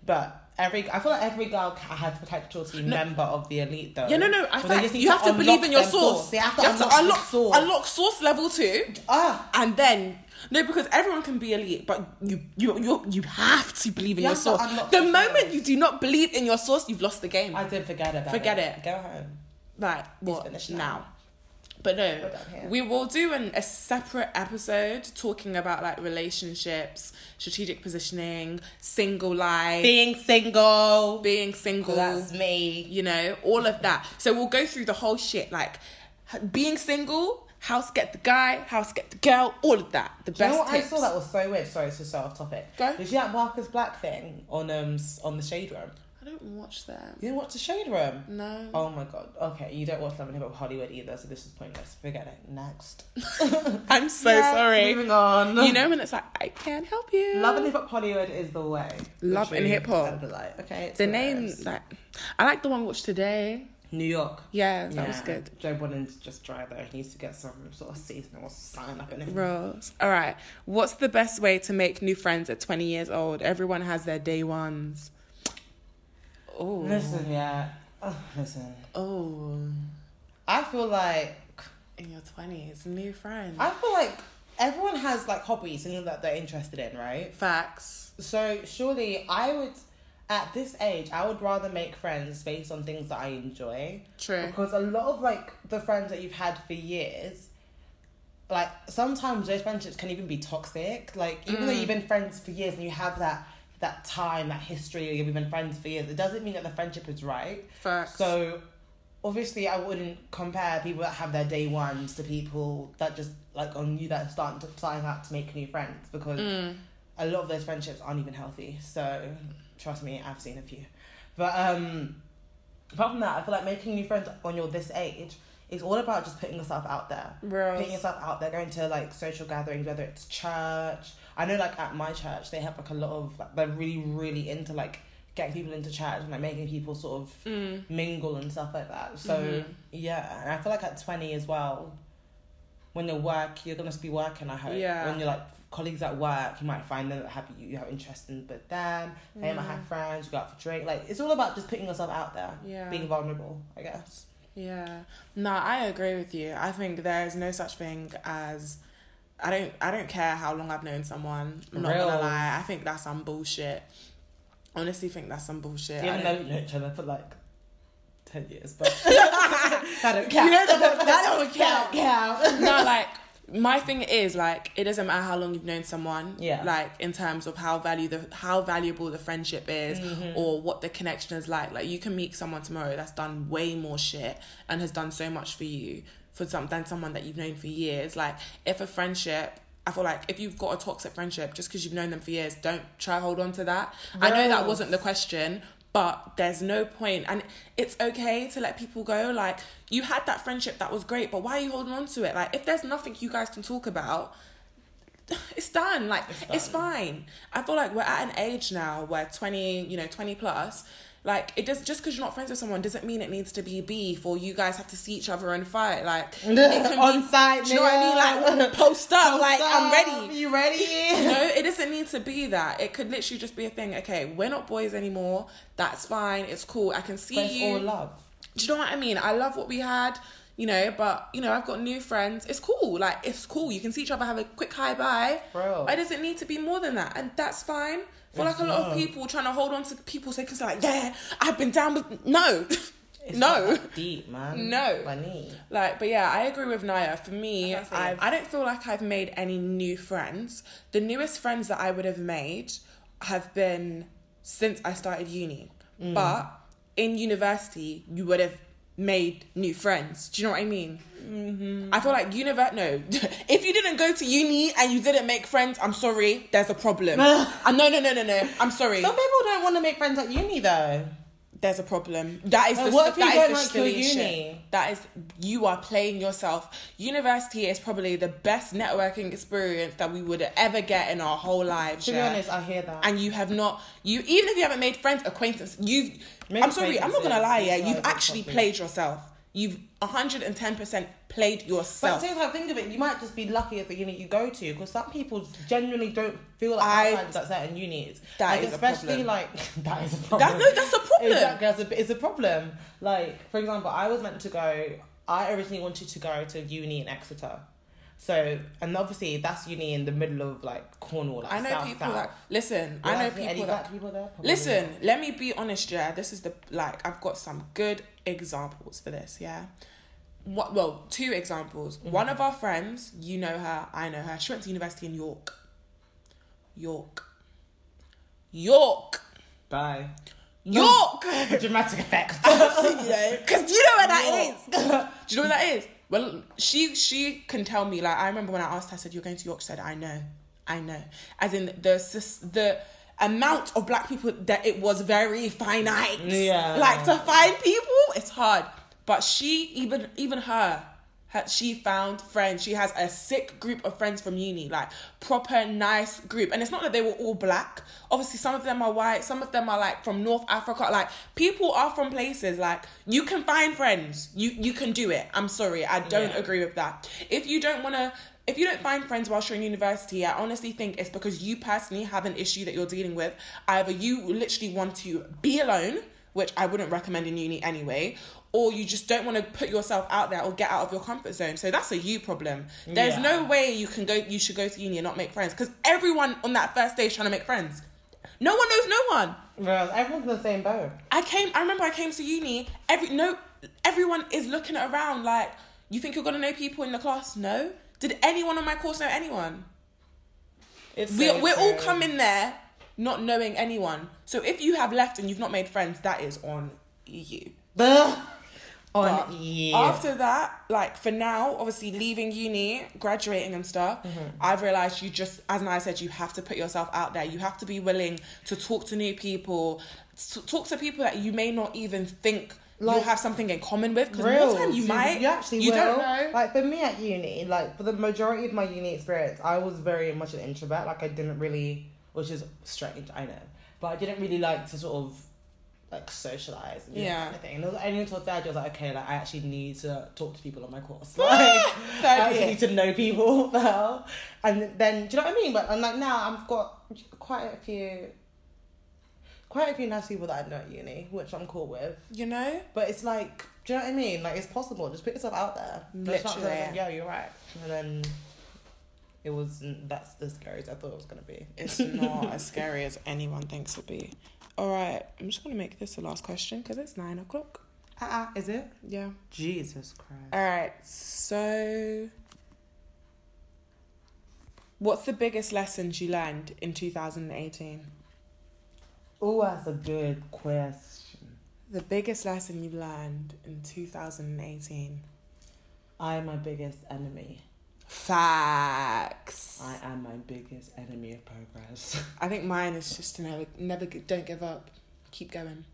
A: But every I feel like every girl ca- has potential to be member of the elite though.
B: Yeah, no, no.
A: But
B: I feel
A: they
B: like
A: just need
B: you have to believe
A: unlock
B: in your
A: them
B: source.
A: They have to
B: you
A: unlock, the source.
B: unlock source level two,
A: Ah,
B: and then no, because everyone can be elite, but you you you you have to believe in
A: You
B: your
A: have to
B: source.
A: unlock
B: The
A: the
B: moment you do not believe in your source, you've lost the game.
A: I did forget about
B: Forget
A: it.
B: it.
A: Go home.
B: like what
A: finished
B: now?
A: now.
B: But no,
A: We're done here.
B: we will do an, a separate episode talking about like relationships, strategic positioning, single life,
A: Being single.
B: being single.
A: That's me.
B: you know, all of that. So we'll go through the whole shit, like h- being single, house get the guy, house get the girl, all of that. The
A: Do you
B: best
A: know what
B: tips.
A: I saw that was so weird? Sorry, it's just so off topic.
B: Go.
A: Did you see that Marcus Black thing on um s- on the Shade Room?
B: I don't watch them.
A: You didn't watch the Shade Room?
B: No.
A: Oh my god. Okay, you don't watch Love and Hip Hop Hollywood either, so this is pointless. Forget it. Next.
B: I'm so
A: Next,
B: sorry.
A: Moving on.
B: You know when it's like I can't help you.
A: Love and Hip Hop Hollywood is the way.
B: Love
A: The
B: and
A: truth
B: Hip Hop.
A: and The light. Okay. it's
B: the name
A: hilarious.
B: like I like the one we watched today.
A: New York.
B: Yeah, that was good.
A: Joe Budden's just dry though. He needs to get some sort of seasonal sign up in him.
B: Rose. All right. What's the best way to make new friends at 20 years old? Everyone has their day ones. Oh.
A: Listen, yeah. Ugh, listen.
B: Oh.
A: I feel like
B: In your 20s, new friends.
A: I feel like everyone has like hobbies and that they're interested in, right?
B: Facts.
A: So surely I would at this age I would rather make friends based on things that I enjoy.
B: True.
A: Because a lot of like the friends that you've had for years, like sometimes those friendships can even be toxic. Like even though you've been friends for years and you have that that time, that history, or you've been friends for years, it doesn't mean that the friendship is right.
B: Facts.
A: So obviously I wouldn't compare people that have their day ones to people that just like on you that are starting to starting out to make new friends
B: Mm.
A: because a lot of those friendships aren't even healthy. So trust me, I've seen a few. But um apart from that, I feel like making new friends on your this age is all about just putting yourself out there.
B: Rose.
A: Putting yourself out there, going to like social gatherings, whether it's church. I know like at my church they have like a lot of like they're really, really into like getting people into church and like making people sort of
B: Mm.
A: mingle and stuff like that. So
B: Mhm.
A: yeah, and I feel like at twenty as well, when you work, you're gonna be working. I hope.
B: Yeah.
A: When you're like colleagues at work, you might find them that have you have interest in but them. They might
B: Mm.
A: have friends. You go out for drink. Like it's all about just putting yourself out there,
B: Yeah.
A: being vulnerable. I guess.
B: Yeah. No, I agree with you. I think there is no such thing as I don't I don't care how long I've known someone. I'm not gonna
A: Real.
B: lie. I think that's some bullshit. Honestly think that's some bullshit. I
A: Even though
B: don't-
A: we know each other for like ten years, but I don't care.
B: You know that- that- that don't
A: That don't count.
B: no, like my thing is like it doesn't matter how long you've known someone.
A: Yeah.
B: Like in terms of how value the how valuable the friendship is or what the connection is like. Like you can meet someone tomorrow that's done way more shit and has done so much for you for some than someone that you've known for years. Like if a friendship I feel like if you've got a toxic friendship, just because you've known them for years, don't try to hold on to that. I know that
A: Yes.
B: wasn't the question, but there's no point and it's okay to let people go like you had that friendship that was great but why are you holding on to it like if there's nothing you guys can talk about it's done like it's, fine i feel like we're at an age now where 20 you know 20 plus like it does just because you're not friends with someone doesn't mean it needs to be beef or you guys have to see each other and fight like it can
A: On
B: be,
A: site,
B: do you know what i mean like post up like i'm ready
A: You ready?
B: no, it doesn't need to be that. It could literally just be a thing. Okay, we're not boys anymore. That's fine. It's cool. I can see
A: But it's
B: you.
A: all love.
B: Do you know what I mean? I love what we had, you know. But you know, I've got new friends. It's cool. Like it's cool. You can see each other, have a quick hi bye.
A: Bro.
B: But it doesn't need to be more than that, and that's fine. For like a lot of
A: not.
B: people trying to hold on to people, so they can say like, yeah, I've been down with no,
A: It's
B: no.
A: not that deep, man.
B: No.
A: Bunny.
B: Like, but yeah, I agree with Naya. For me,
A: That's what I'm
B: I
A: saying.
B: I don't feel like I've made any new friends. The newest friends that I would have made have been since I started uni. But in university, you would have made new friends. Do you know what I mean? Mm-hmm. I feel like univer no. if you didn't go to uni and you didn't make friends, I'm sorry, there's a problem. uh, no, no, no, no, no. I'm sorry.
A: Some people don't want to make friends at uni though.
B: there's a problem. That is
A: Like,
B: the,
A: what if you
B: that
A: don't
B: is the
A: like your
B: silly shit.
A: uni?
B: That is you are playing yourself. University is probably the best networking experience that we would ever get in our whole lives.
A: To be
B: yeah.
A: honest, I hear that.
B: and you have not you even if you haven't made friends acquaintance you've
A: Made
B: i'm sorry i'm not gonna
A: acquaintances,
B: lie yeah
A: it's
B: you've
A: like a
B: actually
A: problem.
B: played yourself you've 110% played
A: but at
B: yourself
A: the same time, think of it. You might just be lucky at the uni you go to, because some people genuinely don't feel like
B: I-
A: I, at certain unis.
B: That
A: like,
B: is a
A: especially
B: problem.
A: like that is a problem.
B: that, no that's a problem
A: Exactly, that's a, it's a problem. Like, for example, I was meant to go, I originally wanted to go to uni in Exeter. So, and obviously that's uni in the middle of like Cornwall, like
B: i know
A: South
B: people
A: South.
B: that listen
A: Do
B: i know
A: think any
B: people that
A: black people there? Probably
B: Listen, let me be honest, yeah. This is the like I've got some good examples for this, yeah. What well, two examples. One of our friends, you know her, I know her. She went to university in York. York. York.
A: not. Bye.
B: York.
A: Dramatic effect.
B: Cuz you know where that
A: York.
B: is. Do you know what that is? Well, she she can tell me. Like I remember when I asked her, I said, "You're going to York." She said, "I know, I know." As in the sus- the amount of black people that it was very finite.
A: Yeah.
B: Like to find people, it's hard. But she even even her. her- She found friends. She has a sick group of friends from uni, like proper nice group. And it's not that they were all black. Obviously, some of them are white. Some of them are like from North Africa. Like people are from places. Like you can find friends. You you can do it. I'm sorry, I don't
A: Yeah.
B: agree with that. If you don't want to, if you don't find friends whilst you're in university, I honestly think it's because you personally have an issue that you're dealing with. Either you literally want to be alone, which I wouldn't recommend in uni anyway, or you just don't want to put yourself out there or get out of your comfort zone. So that's a you problem. There's
A: Yeah.
B: no way you can go. You should go to uni and not make friends because everyone on that first day is trying to make friends. No one knows no one.
A: Whereas everyone's in the same boat.
B: I came. I remember I came to uni. Every no, everyone is looking around like you think you're gonna know people in the class. No, did anyone on my course know anyone?
A: It's
B: We
A: so
B: we're all
A: true.
B: coming there not knowing anyone. So if you have left and you've not made friends, that is on you.
A: Ugh.
B: But
A: on you.
B: After that, like for now, obviously leaving uni, graduating and stuff,
A: Mm-hmm.
B: I've realized you just, as I said, you have to put yourself out there. You have to be willing to talk to new people, to talk to people that you may not even think
A: Like,
B: you'll have something in common with. Because
A: Real.
B: more time you might,
A: You actually
B: you
A: will.
B: don't know.
A: Like for me at uni, like for the majority of my uni experience, I was very much an introvert. Like I didn't really, which is strange, I know, but I didn't really like to sort of like socialize. And do that
B: Yeah.
A: Kind of thing. And it was only until third year, I was like, okay, like I actually need to talk to people on my course. Like,
B: Third
A: I actually
B: year.
A: need to know people now. And then, do you know what I mean? But I'm like now I've got quite a few. Quite a few nice people that I know at uni, which I'm cool with.
B: You know?
A: But it's like, do you know what I mean? Like, it's possible. Just put yourself out there. But it's not just
B: Literally.
A: Like, yeah, you're right. And then it was that's the scariest I thought it was gonna be.
B: It's not as scary as anyone thinks it'd be. All right, I'm just going to make this the last question because it's nine o'clock.
A: Uh-uh, is it? Uh,
B: Yeah.
A: Jesus Christ.
B: All right, so what's the biggest lessons you learned in 2018?
A: Oh, that's a good question.
B: The biggest lesson you learned in 2018.
A: I am my biggest enemy.
B: Facts.
A: I am my biggest enemy of progress.
B: I think mine is just to never, never, g- don't give up. Keep going.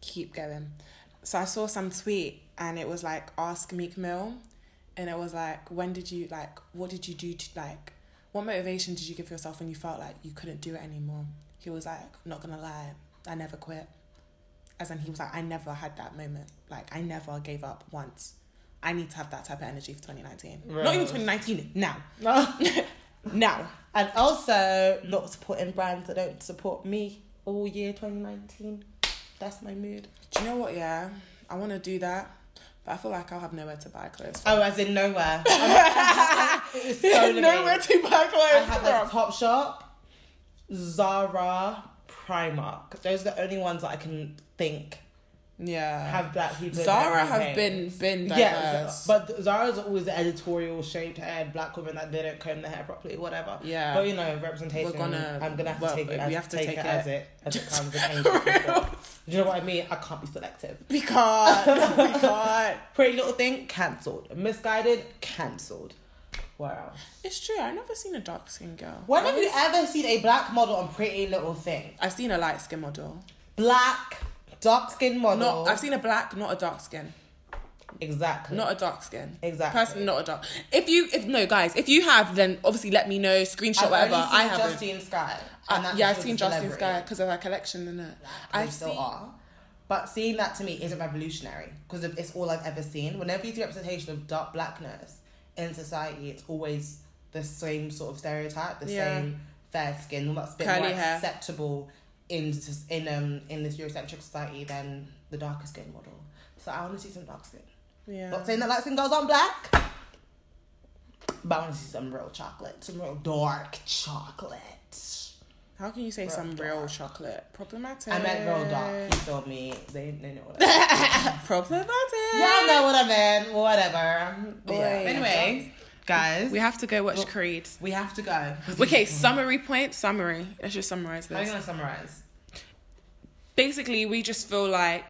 B: Keep going. So I saw some tweet and it was like, ask Meek Mill. And it was like, when did you, like, what did you do to, like, what motivation did you give yourself when you felt like you couldn't do it anymore? He was like, not gonna lie, I never quit. As in, he was like, I never had that moment. Like, I never gave up once. I need to have that type of energy for 2019. Not even
A: Right.
B: 2019, now.
A: and
B: Now.
A: also not supporting brands that don't support me all year 2019. That's my mood.
B: Do you know what? Yeah, I want to do that, but I feel like I'll have nowhere to buy clothes.
A: Oh, as in nowhere. I'm- it is so limiting.
B: nowhere to buy
A: I
B: clothes
A: have
B: from.
A: like Topshop, Zara, Primark. Those are the only ones that I can think
B: yeah,
A: have black people. in
B: Zara
A: their
B: have been
A: campaigns.
B: been diverse.
A: Yeah, Z- but Zara's always the editorial shaped hair, black women that they don't comb their hair properly, whatever.
B: Yeah.
A: But you know, representation.
B: We're gonna-
A: I'm gonna have
B: well,
A: to take it.
B: we
A: As,
B: have to
A: take,
B: take
A: it,
B: it.
A: as it as it comes. and change
B: For
A: it
B: real.
A: before. Do you know what I mean? I can't be selective.
B: We can't. we can't.
A: Pretty Little Thing cancelled. Misguided cancelled. Where else?
B: It's true. I've never seen a dark skinned girl.
A: When have you ever seen a black model on Pretty Little Thing?
B: I've seen a light skinned model.
A: Black dark skin model.
B: Not, I've seen a black, not a dark skin.
A: exactly.
B: Not a dark skin.
A: Exactly.
B: Personally, not a dark. If you, if no, guys, if you have, then obviously let me know, screenshot
A: I've
B: whatever.
A: only seen
B: I haven't.
A: Justine Sky.
B: Uh,
A: and that's because
B: yeah, I've
A: she's
B: seen
A: a
B: Justin
A: celebrity.
B: Sky because of her collection and it.
A: they
B: I've
A: still
B: seen.
A: are. But seeing that to me is revolutionary because it's all I've ever seen. Whenever you see representation of dark blackness in society, it's always the same sort of stereotype, the
B: Yeah.
A: same fair skin, all that's a bit
B: Curly
A: more
B: hair.
A: acceptable in s- in um in this Eurocentric society than the darker skin model. So I want to see some dark skin.
B: Yeah.
A: Not saying that light skin girls aren't black, but I want to see some real chocolate, some real dark chocolate.
B: How can you say
A: Real
B: some real
A: dark.
B: chocolate? Problematic.
A: I meant real dark. You told me they, they know what I
B: Problematic.
A: Y'all know what I meant. Whatever. But yeah.
B: Boy.
A: Anyway, guys,
B: We have to go watch Creed.
A: we have to go.
B: Okay, summary point. Summary. Let's just summarize
A: How are you
B: this.
A: gonna summarize?
B: Basically, we just feel like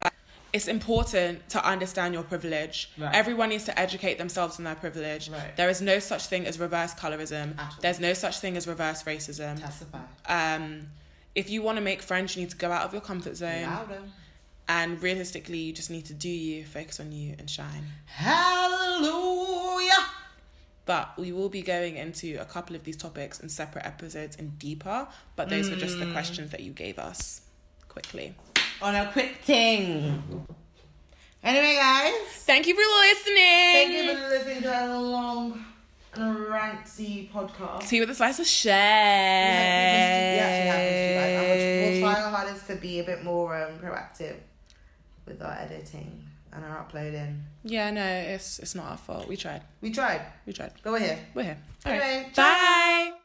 B: it's important to understand your privilege.
A: Right.
B: Everyone needs to educate themselves on their privilege.
A: Right.
B: There is no such thing as reverse colorism.
A: At all.
B: There's no such thing as reverse racism.
A: Testify.
B: Um, if you want to make friends, you need to go out of your comfort zone.
A: Louder.
B: And realistically, you just need to do you, focus on you, and shine.
A: Hallelujah.
B: But we will be going into a couple of these topics in separate episodes and deeper. But those were just
A: Mm.
B: the questions that you gave us quickly.
A: On a quick thing. Anyway, guys,
B: Thank you for listening.
A: thank you for listening to our long and ranty podcast.
B: Tea with a slice of shade.
A: We actually We'll try our hardest to be a bit more um, proactive with our editing and our uploading.
B: Yeah, no, it's it's not our fault. We tried.
A: We tried.
B: We tried.
A: But we're here.
B: We're here. All right.
A: Anyway, ciao.
B: Bye.